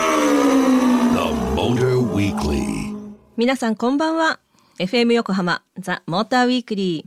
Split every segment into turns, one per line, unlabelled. The Motor Weekly.
皆さんこんばんは FM 横浜ザ・モーターウィークリ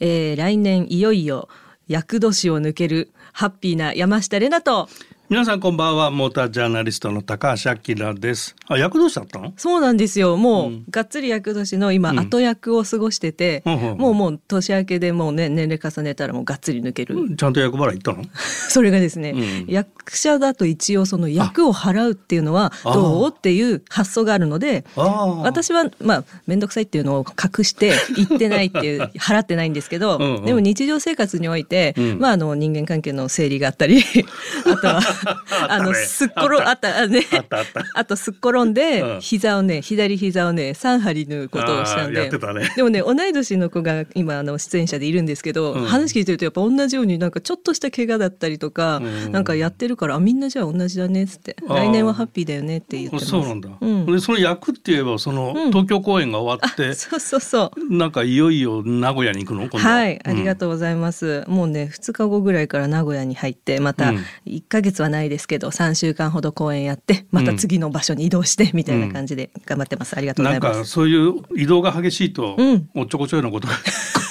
ー、えー、来年いよいよ厄年を抜けるハッピーな山下玲奈と
皆さんこんばんはモータージャーナリストの高橋明ですあ役どうしだったの
そうなんですよもう、がっつり厄年の今、後役を過ごしてて、
うんうんうん
もうもう年明けでもうね年齢重ねたらもうがっつり抜ける、
ちゃんと役払い行ったの
それがですね、
うん
役者だと一応その役を払うっていうのは
あ
どうっていう発想があるので
ああ
私はまあ面倒くさいっていうのを隠して言ってないっていう 払ってないんですけど
うんうん
でも日常生活において、
うん
まあ、あの人間関係の整理があったり あとは
あ
あ
った
の
ね
すっころあったあね
あったあった
あとすっ転んで、
うん
膝をね左膝をね3針縫うことをしたん
あー
で
やってたね
でもね同い年の子が今あの出演者でいるんですけど、
うん
話聞いてるとやっぱ同じようになんかちょっとした怪我だったりとか、
うん
なんかやってるからあみんなじゃあ同じだねっつって
あー
来年はハッピーだよねって言ってます。
そうなんだ、
うん
でその役って言えばその、東京公演が終わ
あ
っ て
そうそうそう
なんかいよいよ名古屋に行くの今度
はい、ありが
う
とうございます。もうね、2日後ぐらいから名古屋に入って、また
うん
1ヶ月はないですけど、3週間ほど公演やって、また次の場所に移動して、みたいな感じで頑張ってます。ありがと
ん
うござ
ないん
ま
か
す。
そういう移動が激しいと、
うん
おっちょこちょいのことが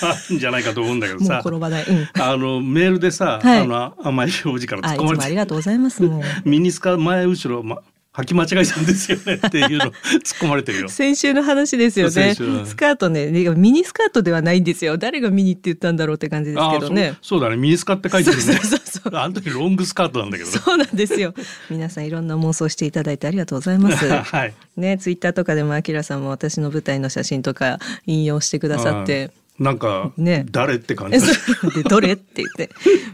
あるんじゃないかと思うんだけど
もう
さ
転ば ない。うん。
あのメールでさ、
はい
あの甘い表示から突
あ、
っ
い
込ま
つ
れ
も
て
ありがとうございます。 もう。
ミニスカ前後ろ、ま、履き間違えたんですよねっていうの突っ込まれてるよ。
先週の話ですよね。
先週の
スカートね、でミニスカートではないんですよ。誰がミニって言ったんだろうって感じです
あ
け
あ
ど
そう
ね。
そうだねミニスカって書いてるね
そうそうそうそう
あの時ロングスカートなんだけどね
そうなんですよ。皆さんいろんな妄想していただいてありがとうござい ます。
はい
ね、ツイッターとかでもアキラさんも私の舞台の写真とか引用してくださって。
うんなんか、
ね
誰って感
え
じ
そう でどれって言って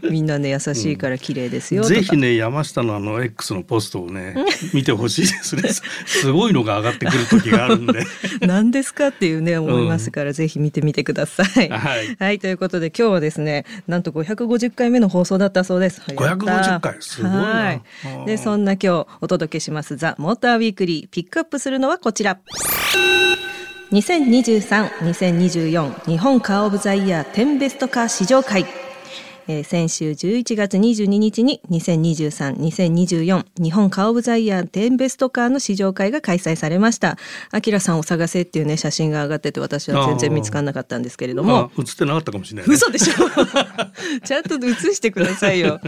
みんなね優しいから綺麗ですよとか、
ぜひね山下のあの X のポストをね見てほしいですねすすごいのが上がってくる時があるんで
何ですかっていうね思いますから、ぜひ見てみてください。
はい
ということで今日はですねなんと550回目の放送だったそうです。
550
やった
回すごいな
はい
うん
でそんな今日お届けします「ザ・モーターウィークリー」ピックアップするのはこちら。2023-2024日本カー・オブ・ザ・イヤー10ベストカー試乗会。えー先週11月22日に2023-2024日本カー・オブ・ザ・イヤー10ベストカーの試乗会が開催されました。アキラさんを探せっていうね、写真が上がってて私は全然見つからなかったんですけれども
あ。映ってなかったかもしれない、ね、
嘘でしょ ちゃんと映してくださいよ。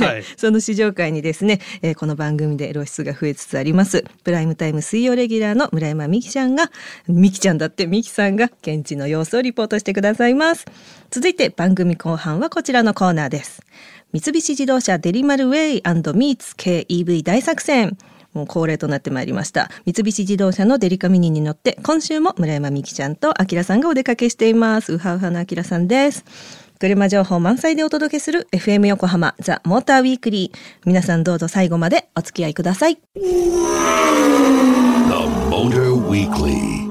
はい
その試乗会にですね、えーこの番組で露出が増えつつあります、プライムタイム水曜レギュラーの村山美希ちゃんが、美希ちゃんだって美希さんが現地の様子をリポートしてくださいます。続いて番組後半はこちらのコーナーです。三菱自動車デリマルウェイミーツ系 EV 大作戦。もう恒例となってまいりました三菱自動車のデリカミニに乗って今週も村山美希ちゃんとあきらさんがお出かけしていますウハウハのあきらさんです車情報満載でお届けする FM 横浜ザ・モーターウィークリー皆さんどうぞ最後までお付き合いください
The Motor Weekly.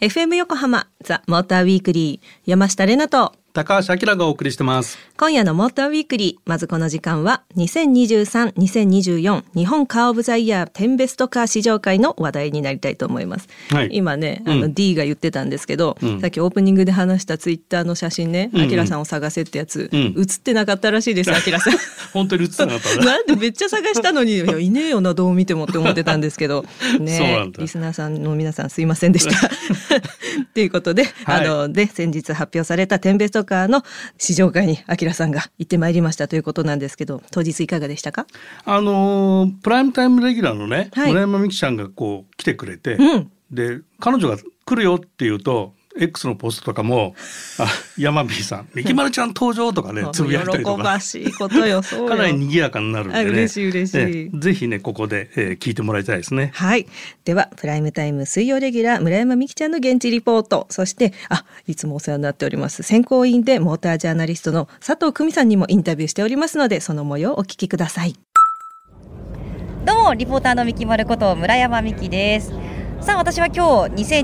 FM 横浜ザ・モーターウィークリー山下玲奈と
高橋明がお送りしてます
今夜のモーターウィークリー。まずこの時間は、2023-2024日本カーオブザイヤー10ベストカー試乗会の話題になりたいと思います。
はい
今ね、あの
うん
D が言ってたんですけど、
うん
さっきオープニングで話したツイッターの写真ね、
んうん
アキラさんを探せってやつ、
うん
映ってなかったらしいです、アキラさん。
本当に映ってなかったね
なんでめっちゃ探したのにい やいねえよなどう見てもって思ってたんですけど
そうな
ね
んだ
リスナーさんの皆さんすいませんでした っていうことで、
はい
あので先日発表された10ベストカーの試乗会にあきらさんが行ってまいりましたということなんですけど当日いかがでしたか
あのープライムタイムレギュラーのね、
はい
村山美樹ちゃんがこう来てくれて、
うん
で彼女が来るよって言うと X のポストとかも「あ山美さ ん三木丸ちゃん登場」とかね
もう
つぶやいたりと
喜ば
か
しいこと よそうよ
かなり賑やかになるんで
あ
ね
嬉しい嬉しい
ええぜひねここで、えー聞いてもらいたいですね。
はい。では、プライムタイム水曜レギュラー、村山美希ちゃんの現地リポート。そして、あ、いつもお世話になっております。選考委員でモータージャーナリストの佐藤久美さんにもインタビューしておりますので、その模様をお聞きください。
どうもリポーターのみきまること村山みきですさあ私は今日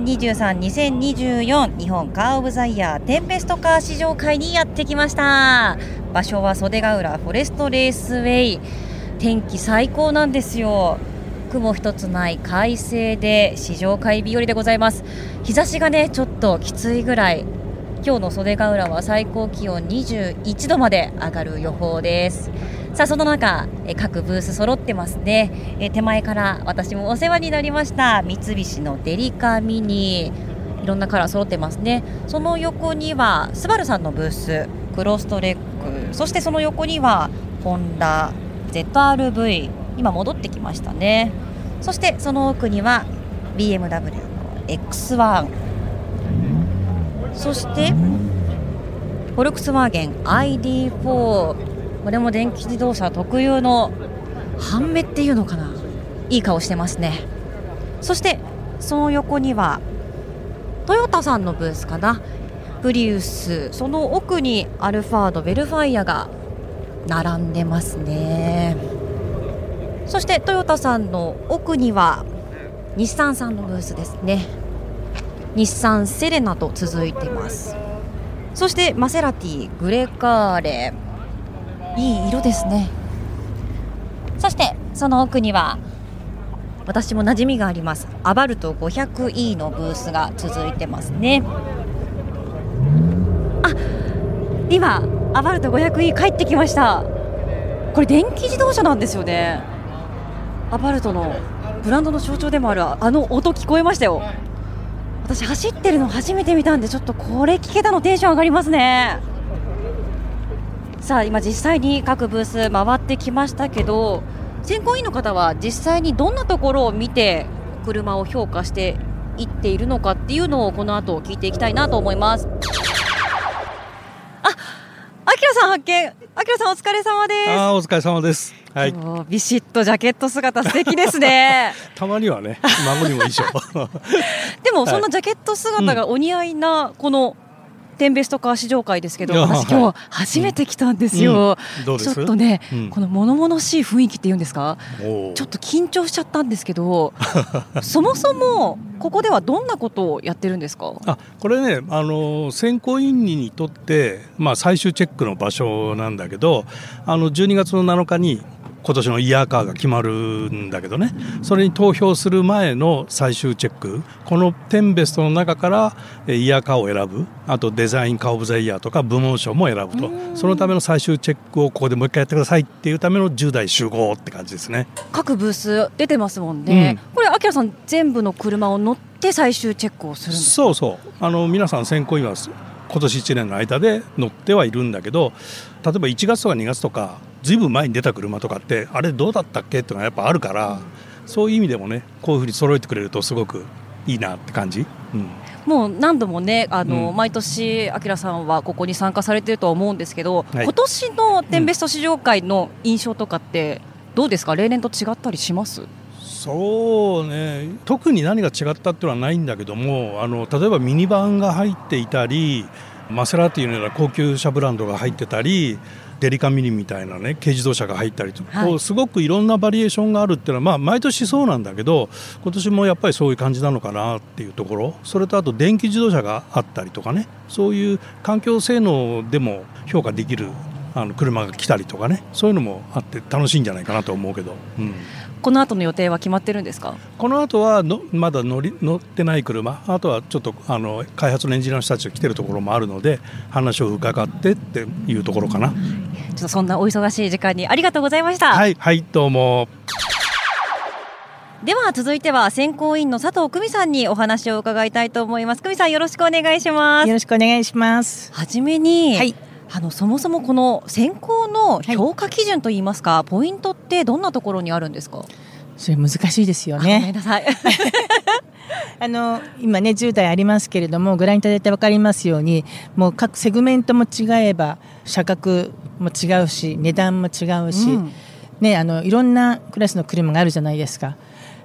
2023-2024日本カーオブザイヤー10ベストカー試乗会にやってきました場所は袖ヶ浦フォレストレースウェイ天気最高なんですよ雲一つない快晴で試乗会日和でございます日差しがねちょっときついぐらい今日の袖ヶ浦は最高気温21度まで上がる予報ですさあその中、えー各ブース揃ってますね、えー手前から私もお世話になりました三菱のデリカミニいろんなカラー揃ってますねその横にはスバルさんのブースクロストレックそしてその横にはホンダ ZRV 今戻ってきましたねそしてその奥には BMW の X1 そしてフォルクスワーゲン ID4 これも電気自動車特有の半目っていうのかないい顔してますねそしてその横にはトヨタさんのブースかなプリウスその奥にアルファードベルファイアが並んでますねそしてトヨタさんの奥には日産さんのブースですね日産セレナと続いてますそしてマセラティグレカーレいい色ですねそしてその奥には私も馴染みがありますアバルト 500E のブースが続いてますねあ今アバルト 500E 帰ってきましたこれ電気自動車なんですよねアバルトのブランドの象徴でもあるあの音聞こえましたよ私走ってるの初めて見たんでちょっとこれ聞けたのテンション上がりますねさあ今実際に各ブース回ってきましたけど選考委員の方は実際にどんなところを見て車を評価していっているのかっていうのをこの後聞いていきたいなと思いますあ、あきらさん発見あきらさんお疲れ様です
ああお疲れ様です。はい。
もうビシッとジャケット姿素敵で すね
たまにはね、孫にも衣装。
でも
はい
そんなジャケット姿がお似合いなこのテンベストカー試乗会ですけど、
いや
私
は
今
い
日初めて来たんですよ、
うん どうです
ちょっとね、
うん
この物々しい雰囲気っていうんですか
おー
ちょっと緊張しちゃったんです けどそもそもここではどんなことをやってるんですか
あこれね、あの選考委員にとって、まあ、最終チェックの場所なんだけどあの12月の7日に今年のイヤーカーが決まるんだけどねそれに投票する前の最終チェックこの10ベストの中からえイヤーカーを選ぶあとデザインカー・オブ・ザ・イヤーとか部門賞も選ぶとそのための最終チェックをここでもう一回やってくださいっていうための10代集合って感じですね。
各ブース出てますもんね、これあきらさん全部の車を乗って最終チェックをするんですか
そうそうあの皆さん選考員は今年1年の間で乗ってはいるんだけど例えば1月とか2月とかずいぶん前に出た車とかってあれどうだったっけっていうのがやっぱあるから、そういう意味でもねこういうふうに揃えてくれるとすごくいいなって感じ。うん
もう何度もね、あの、
うん
毎年、あきらさんはここに参加されてるとは思うんですけど、
はい
今年のテンベスト試乗会の印象とかって、どうですか、例年と違ったりします
そうね特に何が違ったっていうのはないんだけどもあの例えばミニバンが入っていたりマセラティのような高級車ブランドが入ってたりデリカミニみたいなね軽自動車が入ったりと、
はい
こうすごくいろんなバリエーションがあるっていうのは、まあ、毎年そうなんだけど今年もやっぱりそういう感じなのかなっていうところそれとあと電気自動車があったりとかねそういう環境性能でも評価できるあの車が来たりとかねそういうのもあって楽しいんじゃないかなと思うけど。うん
この後の予定は決まってるんですか
この後はのまだ乗り乗ってない車あとはちょっとあの開発のエンジニアの人たちが来てるところもあるので話を伺ってっていうところかな
ちょっとそんなお忙しい時間にありがとうございました。
はいはいどうも
では、続いては選考委員の佐藤久美さんにお話を伺いたいと思います。久美さん、よろしくお願いしま
よ
す。
ろしくお願いします。
はじめに、
はい
あのそもそもこの選考の評価基準といいますか、ポイントってどんなところにあるんですか、
それ難しいですよ
あごめん
ね。
なさい。
あの今ね10代ありますけれどもご覧いただいてわかりますように、もう各セグメントも違えば車格も違うし値段も違うし、
うん
ねあのいろんなクラスの車があるじゃないですか。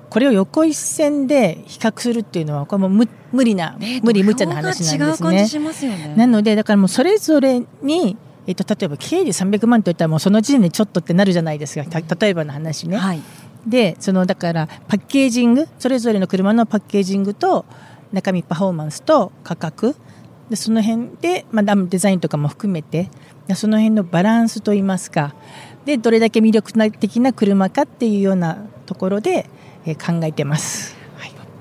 これを横一線で比較するっていうのはこれもう無無理な、
ね
無理無茶な話なんです
土俵が違う感じ
ね。
しますよね。
なのでだからもうそれぞれに。えっと、例えば経理300万といったらもうその時点でちょっとってなるじゃないですかた例えばの話ね、
はい。
でそのだからパッケージングそれぞれの車のパッケージングと中身パフォーマンスと価格でその辺で、まあ、ダムデザインとかも含めてでその辺のバランスといいますかでどれだけ魅力的な車かっていうようなところで、えー考えてます。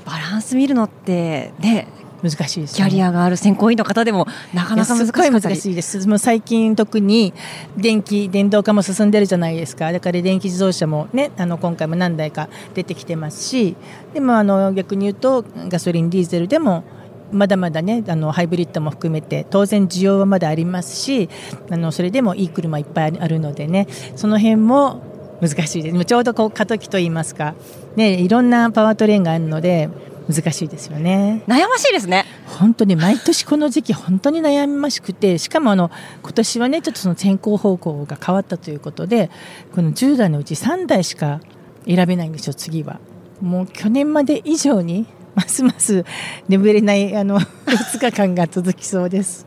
バランス見るのってね、
難しいです
キ
よ
ャ
ね、
リアがある選考委員の方でもなかなか難しかった
い
り
やすっごい難しいですもう最近特に電気電動化も進んでるじゃないですかだから電気自動車もねあの今回も何台か出てきてますしでもあの逆に言うとガソリンディーゼルでもまだまだねあのハイブリッドも含めて当然需要はまだありますしあのそれでもいい車いっぱいあるのでねその辺も難しいですもうちょうどこう過渡期といいますか、ね、いろんなパワートレインがあるので難しいですよね。
悩ましいですね
本当に毎年この時期本当に悩ましくてしかもあの今年はねちょっとその選考方向が変わったということでこの10代のうち3台しか選べないんですよ次はもう去年まで以上にますます眠れないあの 2日間が続きそうです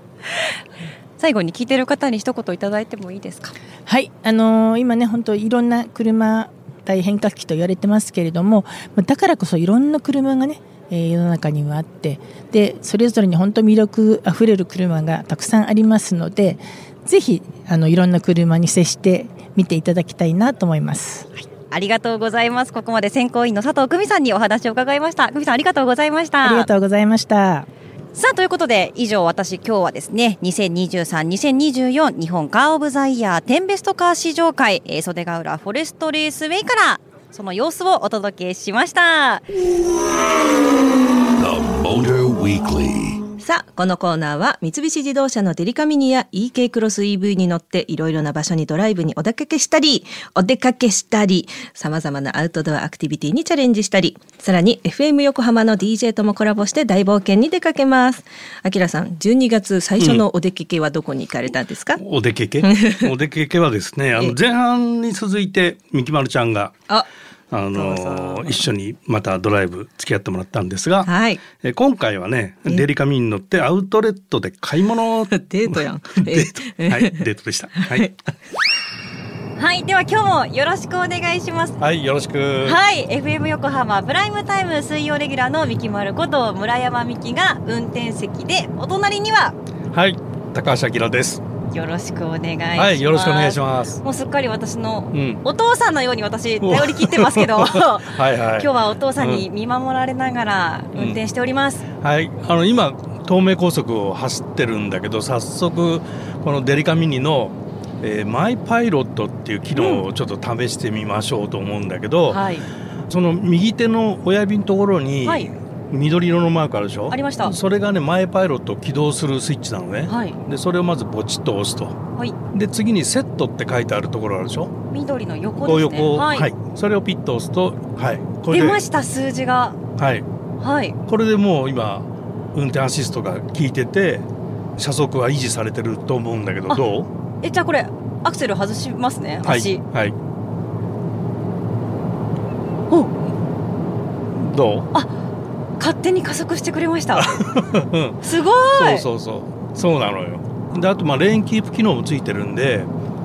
最後に聞いてる方に一言いただいてもいいですか
はいあのー今ね本当いろんな車大変革期と言われてますけれどもまあだからこそいろんな車がねえー世の中にはあってでそれぞれに本当魅力あふれる車がたくさんありますのでぜひあのいろんな車に接して見ていただきたいなと思います。
ありがとうございますここまで選考委員の佐藤久美さんにお話を伺いました久美さんありがとうございました
ありがとうございました。
さあということで以上私今日はですね2023-2024日本カーオブザイヤー10ベストカー試乗会えー袖ヶ浦フォレストレースウェイからその様子をお届けしました。
The Motor Weekly.
さあ、このコーナーは三菱自動車のデリカミニや EK クロス EV に乗っていろいろな場所にドライブにお出かけしたり、お出かけしたり、様々なアウトドアアクティビティにチャレンジしたり、さらに FM 横浜の DJ ともコラボして大冒険に出かけます。あきらさん、12月最初のお出かけはどこに行かれたんですか、
おでけけおでけけはですねあの前半に続いてみきまるちゃんが
あ、
あの
そうそう
一緒にまたドライブ付き合ってもらったんですが、
はい。
え今回はね
え
デリカミに乗ってアウトレットで買い物をデ
デートやん。
ートはいデートでした。はい、
はい、では今日もよろしくお願いします。
はい、よろしく。
はい、FM 横浜プライムタイム水曜レギュラーのミキマルこと村山ミキが運転席でお隣には
はい、高橋明です。
よろしくお願いします。
はい、よろしくお願いします。
もうすっかり私の
うん。
お父さんのように私頼り切ってます けど。
はいはい。
今日はお父さんに見守られながら運転しております、
はい、あの今東名高速を走ってるんだけど早速このデリカミニの、えーマイパイロットっていう機能をちょっと試してみましょうと思うんだけど、
はい
その右手の親指のところに
はい
緑色のマークあるでしょ
ありました
それがねマイパイロットを起動するスイッチなのね、
はい
でそれをまずポチッと押すと
はい
で次にセットって書いてあるところあるでしょ
緑の横
こう
ですね
横、
はい、
それをピッと押すとはいこれ
出
で
ました数字が
はい
はい
これでもう今運転アシストが効いてて車速は維持されてると思うんだけど
あ
どう
えじゃあこれアクセル外しますね
はい
足、
はいどう
勝手に加速してくれまし た
うん
すご
そう
い
そうそうそうなのよであとまあレーンキープ機能もついてるんで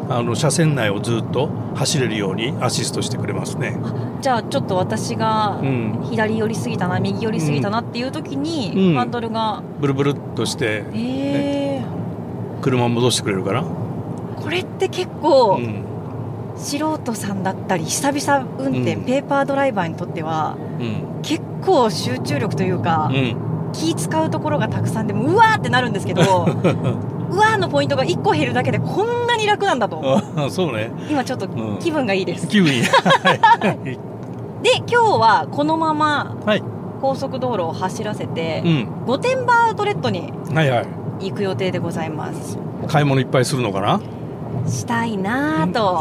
あの車線内をずっと走れるようにアシストしてくれますね
じゃあちょっと私が
うん
左寄りすぎたな右寄りすぎたなっていう時に、
うん
ハンドルが
ブルブルっとして
えー
車戻してくれるかな、
これって結構、
うん
素人さんだったり久々運転、
うん
ペーパードライバーにとっては
うん
結構集中力というか、
うん、
気使うところがたくさんでもううわーってなるんで すけどうわーのポイントが1個減るだけでこんなに楽なんだと
あそうね
今ちょっと
うん
気分がいいです、
気 分いいはい
で今日はこのまま
はい
高速道路を走らせて
うん
御殿場アウトレットに
はいはい
行く予定でございます
買い物いっぱいするのかな
したいなーと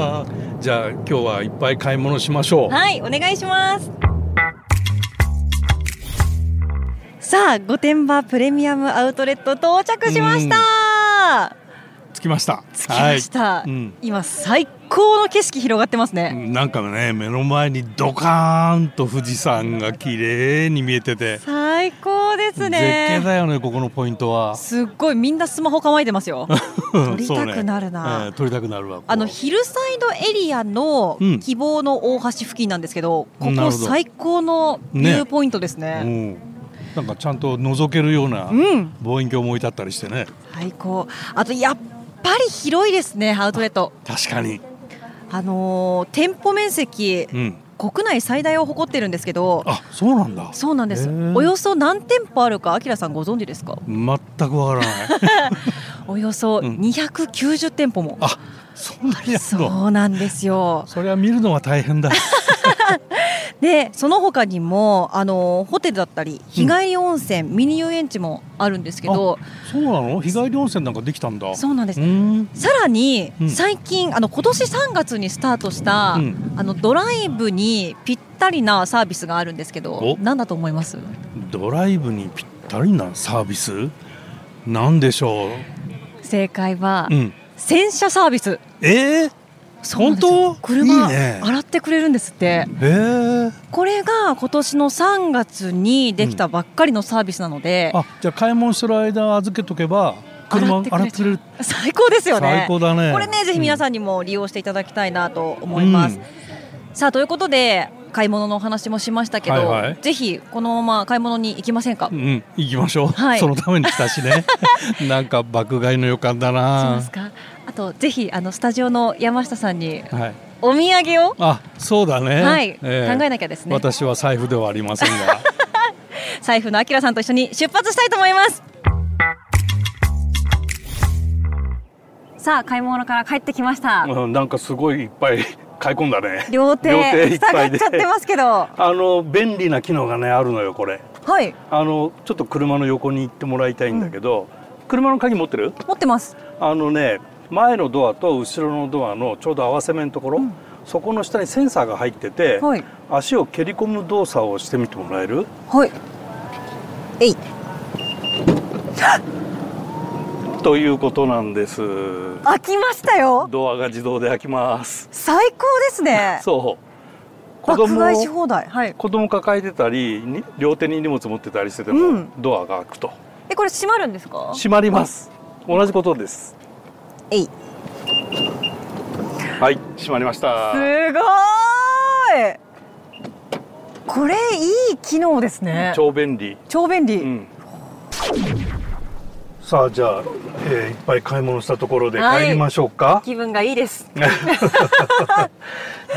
じゃあ今日はいっぱい買い物しましょう。
はいお願いしますさあ御殿場プレミアムアウトレット到着しました
着きました。
着きまし
は
た、
いうん
今最高の景色広がってますね、
なんかね目の前にドカーンと富士山が綺麗に見えてて、
最高です
絶景
ね
だよねここのポイントは。
すっごいみんなスマホ構えてますよ
撮
りたくな るな
撮りたくなるわ。ここ
あのヒルサイドエリアの
うん
希望の大橋付近なんですけど、こ
な
こ
るほど
最高のビューポイントですね
うんなんかちゃんと覗けるような
うん
望遠鏡も置いてあったりしてね。
最高あとやっぱり広いですねアウトレット
確かに。
あのー店舗面積
うん。
国内最大を誇ってるんですけど
あそうなんだ
そうなんで
へ
す
ー
およそ何店舗あるかあきらさんご存知ですか
全くわからない
およそ
うん
290店舗も、
あそんなにあるの
そうなんですよ
それは見るのは大変だ
でその他にもあのホテルだったり日帰り温泉、ミニ遊園地もあるんですけど
そうなの日帰り温泉なんかできたんだ
そうなんです、
うーん
さらに
うん
最近あの今年3月にスタートした、
うん
あのドライブにぴったりなサービスがあるんですけど
お
何だと思います
ドライブにぴったりなサービスなんでしょ
正解は、
う、うん、
洗車サービス
えー、
そうなんですよ
本当
車
いいね
洗ってくれるんですって
えー、
これが今年の3月にできたばっかりのサービスなので、
あじゃあ買い物してる間預けとけば車洗
洗
っ
ってて
くれる
最高ですよね
最高だね
これねぜひ皆さんにも利用していただきたいなと思います、
うん
さあということで買い物のお話もしましたけど、
はいはい
ぜひこのまま買い物に行きませんか、
うん、うん行きましょう、
はい
そのために来たし ねなんか爆買いの予感だ
そう
な
ですかあとぜひあのスタジオの山下さんに
はい、
お土産を、
あそうだね、
はい
えー
考えなきゃですね
私は財布ではありませんが
財布のあきらさんと一緒に出発したいと思いますさあ買い物から帰ってきました
うん、なんかすごいいっぱい買い込んだね
両手
いっぱ
塞
い
がっ
で
ちゃってますけどは
あの便利な機能がねあるのよこれ
い
あのちょっと車の横に行ってもらいたいんだけど、車の鍵持ってる
持ってます
あのね前のドアと後ろのドアのちょうど合わせ目のところ、そこの下にセンサーが入ってて、
はい
足を蹴り込む動作をしてみてもらえる
はいえい
ということなんです
開きましたよ
ドアが自動で開きます
最高ですね
そう子
爆
供
買いし
を
放題はい
子供抱えてたりに両手に荷物持ってたりしてても、
うん
ドアが開くと
えこれ閉まるんですか
閉まります同じことです
えいす
はい閉まりました
ごーいこれいい機能ですね
超便利
超便利、
うんさあじゃあ、えーいっぱい買い物したところで
はい
帰りましょうか、
気分がいいです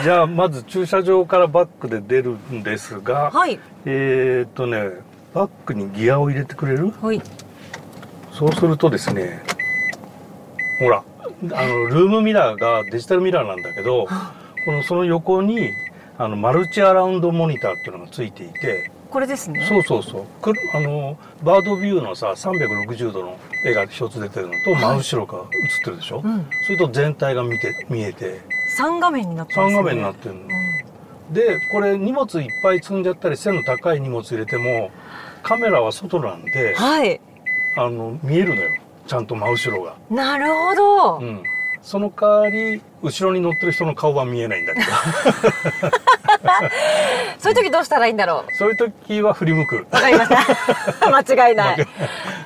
じゃあまず駐車場からバックで出るんですが、
はい
えーっとねバックにギアを入れてくれる
はい
そうするとですねほらあのルームミラーがデジタルミラーなんだけどこのその横にあのマルチアラウンドモニターっていうのがついていて
これですね
そうそうそうくるあのバードビューのさ360度の絵が一つ出てるのと真後ろが映ってるでしょ、
うん
それと全体が見て見えて
三画面になって
3
ますね
画面になってるの、でこれ荷物いっぱい積んじゃったり背の高い荷物入れてもカメラは外なんで
はい
あの見えるのよちゃんと真後ろが、
なるほど、
うん、その代わり後ろに乗ってる人の顔は見えないんだけど
そういう時どうしたらいいんだろ
そういう時は振り向く
うわかりまし た間違いない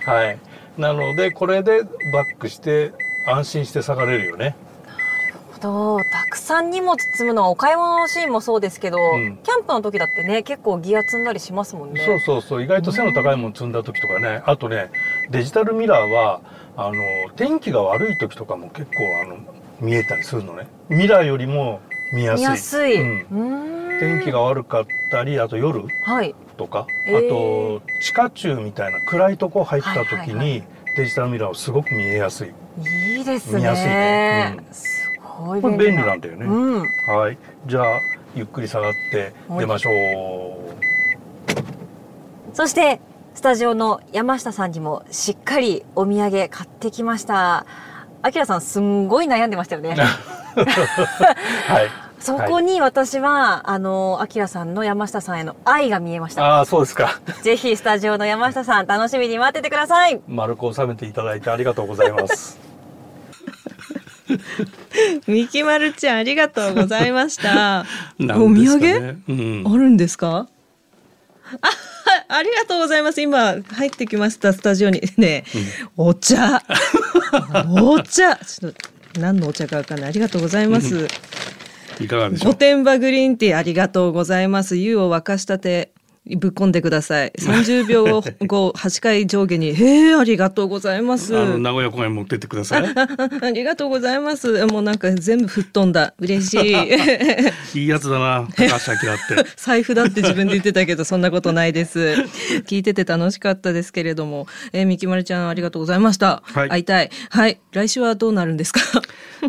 はいなのでこれでバックして安心して下がれるよね
そうたくさん荷物積むのはお買い物のシーンもそうですけど、
うん
キャンプの時だってね結構ギア積んだりしますもんね
そうそうそう意外と背の高いもの積んだ時とかねあとねデジタルミラーはあの天気が悪い時とかも結構あの見えたりするのねミラーよりも見やす
見
い
やすい、
うん
うーん
天気が悪かったりあと夜
はい
とか、
えー
あと地下駐みたいな暗いとこ入った
は
時
いはいは
にデジタルミラーをすごく見えやすい
いいですね
見やすいねうん
すごい
これ
便利
便利なんだよね、
うん
はいじゃあゆっくり下がって出ましょう
そしてスタジオの山下さんにもしっかりお土産買ってきましたあきらさんすんごい悩んでまし たよね
はい
そこに私は、あのあきらさんの山下さんへの愛が見えました
ああそうですか
ぜひスタジオの山下さん楽しみに待っててください
丸く収めていただいてありがとうございます
みきまるちゃんありがとうございました。
なんですかね
お
う
土
ん
あるんですか。あ、ありがとうございます。今入ってきましたスタジオに ね、お茶、お茶、ちょっと何のお茶かわかんない。ありがとうございます。
いかがでしょ
御
う
殿場グリーンティーありがとうございます。湯を沸かしたてぶっ込んでください。30秒後、8回 上下に、へえ、ありがとうございます。
あの名古屋公園持ってってください。
ありがとうございます。もうなんか全部吹っ飛んだ。嬉し い。
いいやつだな、高橋明って。
財布だって自分で言ってたけど、そんなことないです。聞いてて楽しかったですけれども、えー、みきまるちゃんありがとうございました。
はい
会いたい。はい。来週はどうなるんですか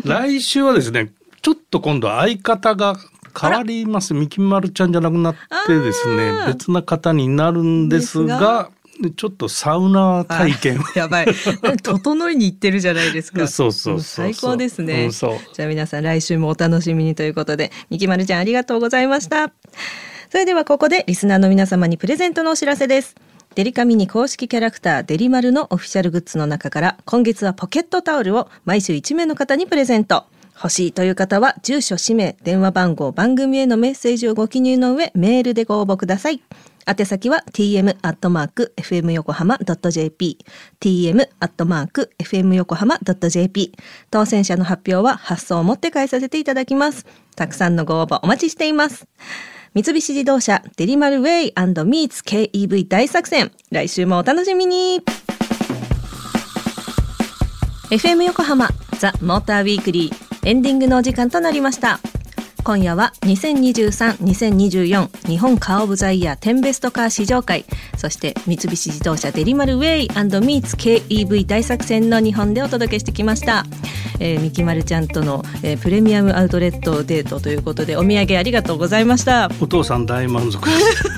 来週はですね、ちょっと今度は相方が変わります。みきまるちゃんじゃなくなってです
あ
ね、
ー
別な方になるんです
です
が、ちょっとサウナ体験を。
やばい。整いに行ってるじゃないですか。
そうそうそうそう
も最高ですね。
うんそう
じゃあ皆さん来週もお楽しみにということで、みきまるちゃんありがとうございました。それではここでリスナーの皆様にプレゼントのお知らせです。デリカミニ公式キャラクターデリマルのオフィシャルグッズの中から今月はポケットタオルを毎週1名の方にプレゼント。欲しいという方は住所、氏名、電話番号、番組へのメッセージをご記入の上メールでご応募ください。宛先は tm.fmyokohama.jp tm.fmyokohama.jp 当選者の発表は発送をもって返させていただきます。たくさんのご応募お待ちしています。三菱自動車デリマルウェイミーツ KEV 大作戦来週もお楽しみに FM 横浜ザ・モーターウィークリーエンディングのお時間となりました今夜は2023-2024日本カーオブザイヤー10ベストカー試乗会そして三菱自動車デリマルウェイミーツ KEV 大作戦の日本でお届けしてきました、えー、みきまるちゃんとの、えープレミアムアウトレットデートということでお土産ありがとうございました
お父さん大満 足です。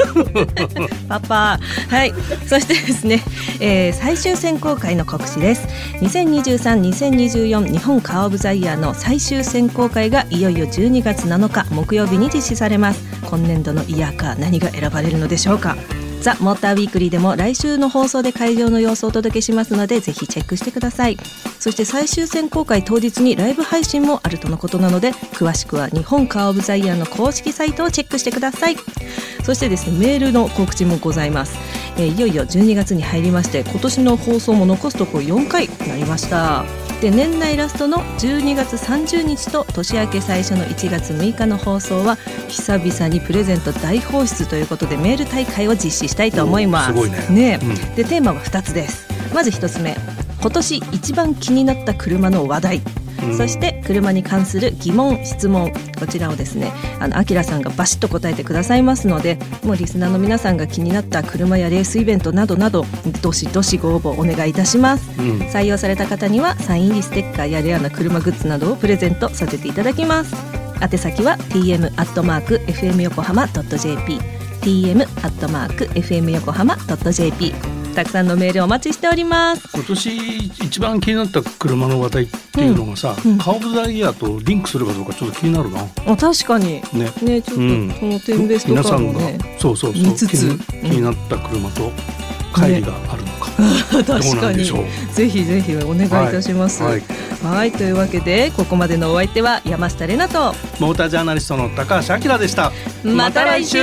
パパはいそしてですね、えー最終選考会の告知です2023-2024日本カーオブザイヤーの最終選考会がいよいよ12月7日木曜日に実施されます今年度のイヤーカー何が選ばれるのでしょうかザ・モーターウィークリーでも来週の放送で会場の様子をお届けしますのでぜひチェックしてくださいそして最終選考会当日にライブ配信もあるとのことなので詳しくは日本カー・オブ・ザ・イヤーの公式サイトをチェックしてくださいそしてですねメールの告知もございます、えーいよいよ12月に入りまして今年の放送も残すところ4回になりましたで年内ラストの12月30日と年明け最初の1月6日の放送は久々にプレゼント大放出ということでメール大会を実施したいと思います
おーすごいね
ねえ
うん
でテーマは2つですまず1つ目今年一番気になった車の話題
うん
そして車に関する疑問質問こちらをですねあのアキラさんがバシッと答えてくださいますのでもうリスナーの皆さんが気になった車やレースイベントなどなどどしどしご応募お願いいたします
うん
採用された方にはサイン入りステッカーやレアな車グッズなどをプレゼントさせていただきます宛先は tm アットマーク fm 横浜 .jp tm アットマーク fm 横浜 .jp たくさんのメールお待ちしております
今年一番気になった車の話題っていうのがさ、
うんうん
カーオブザイヤーとリンクするかどうかちょっと気になるな。
あ確かに
ね。
ねちょっとこ
うん
の点ベスト
皆
か
さん
も
が
ね、
そうそうそう
見つつ
気に
うん
気になった車と帰りがあるのか、どう
確
な
か
んで
に
しょう。
ぜひぜひお願いいたします
はいはい
はいというわけでここまでのお相手は山下れなと
モータージャーナリストの高橋明でした。
また来週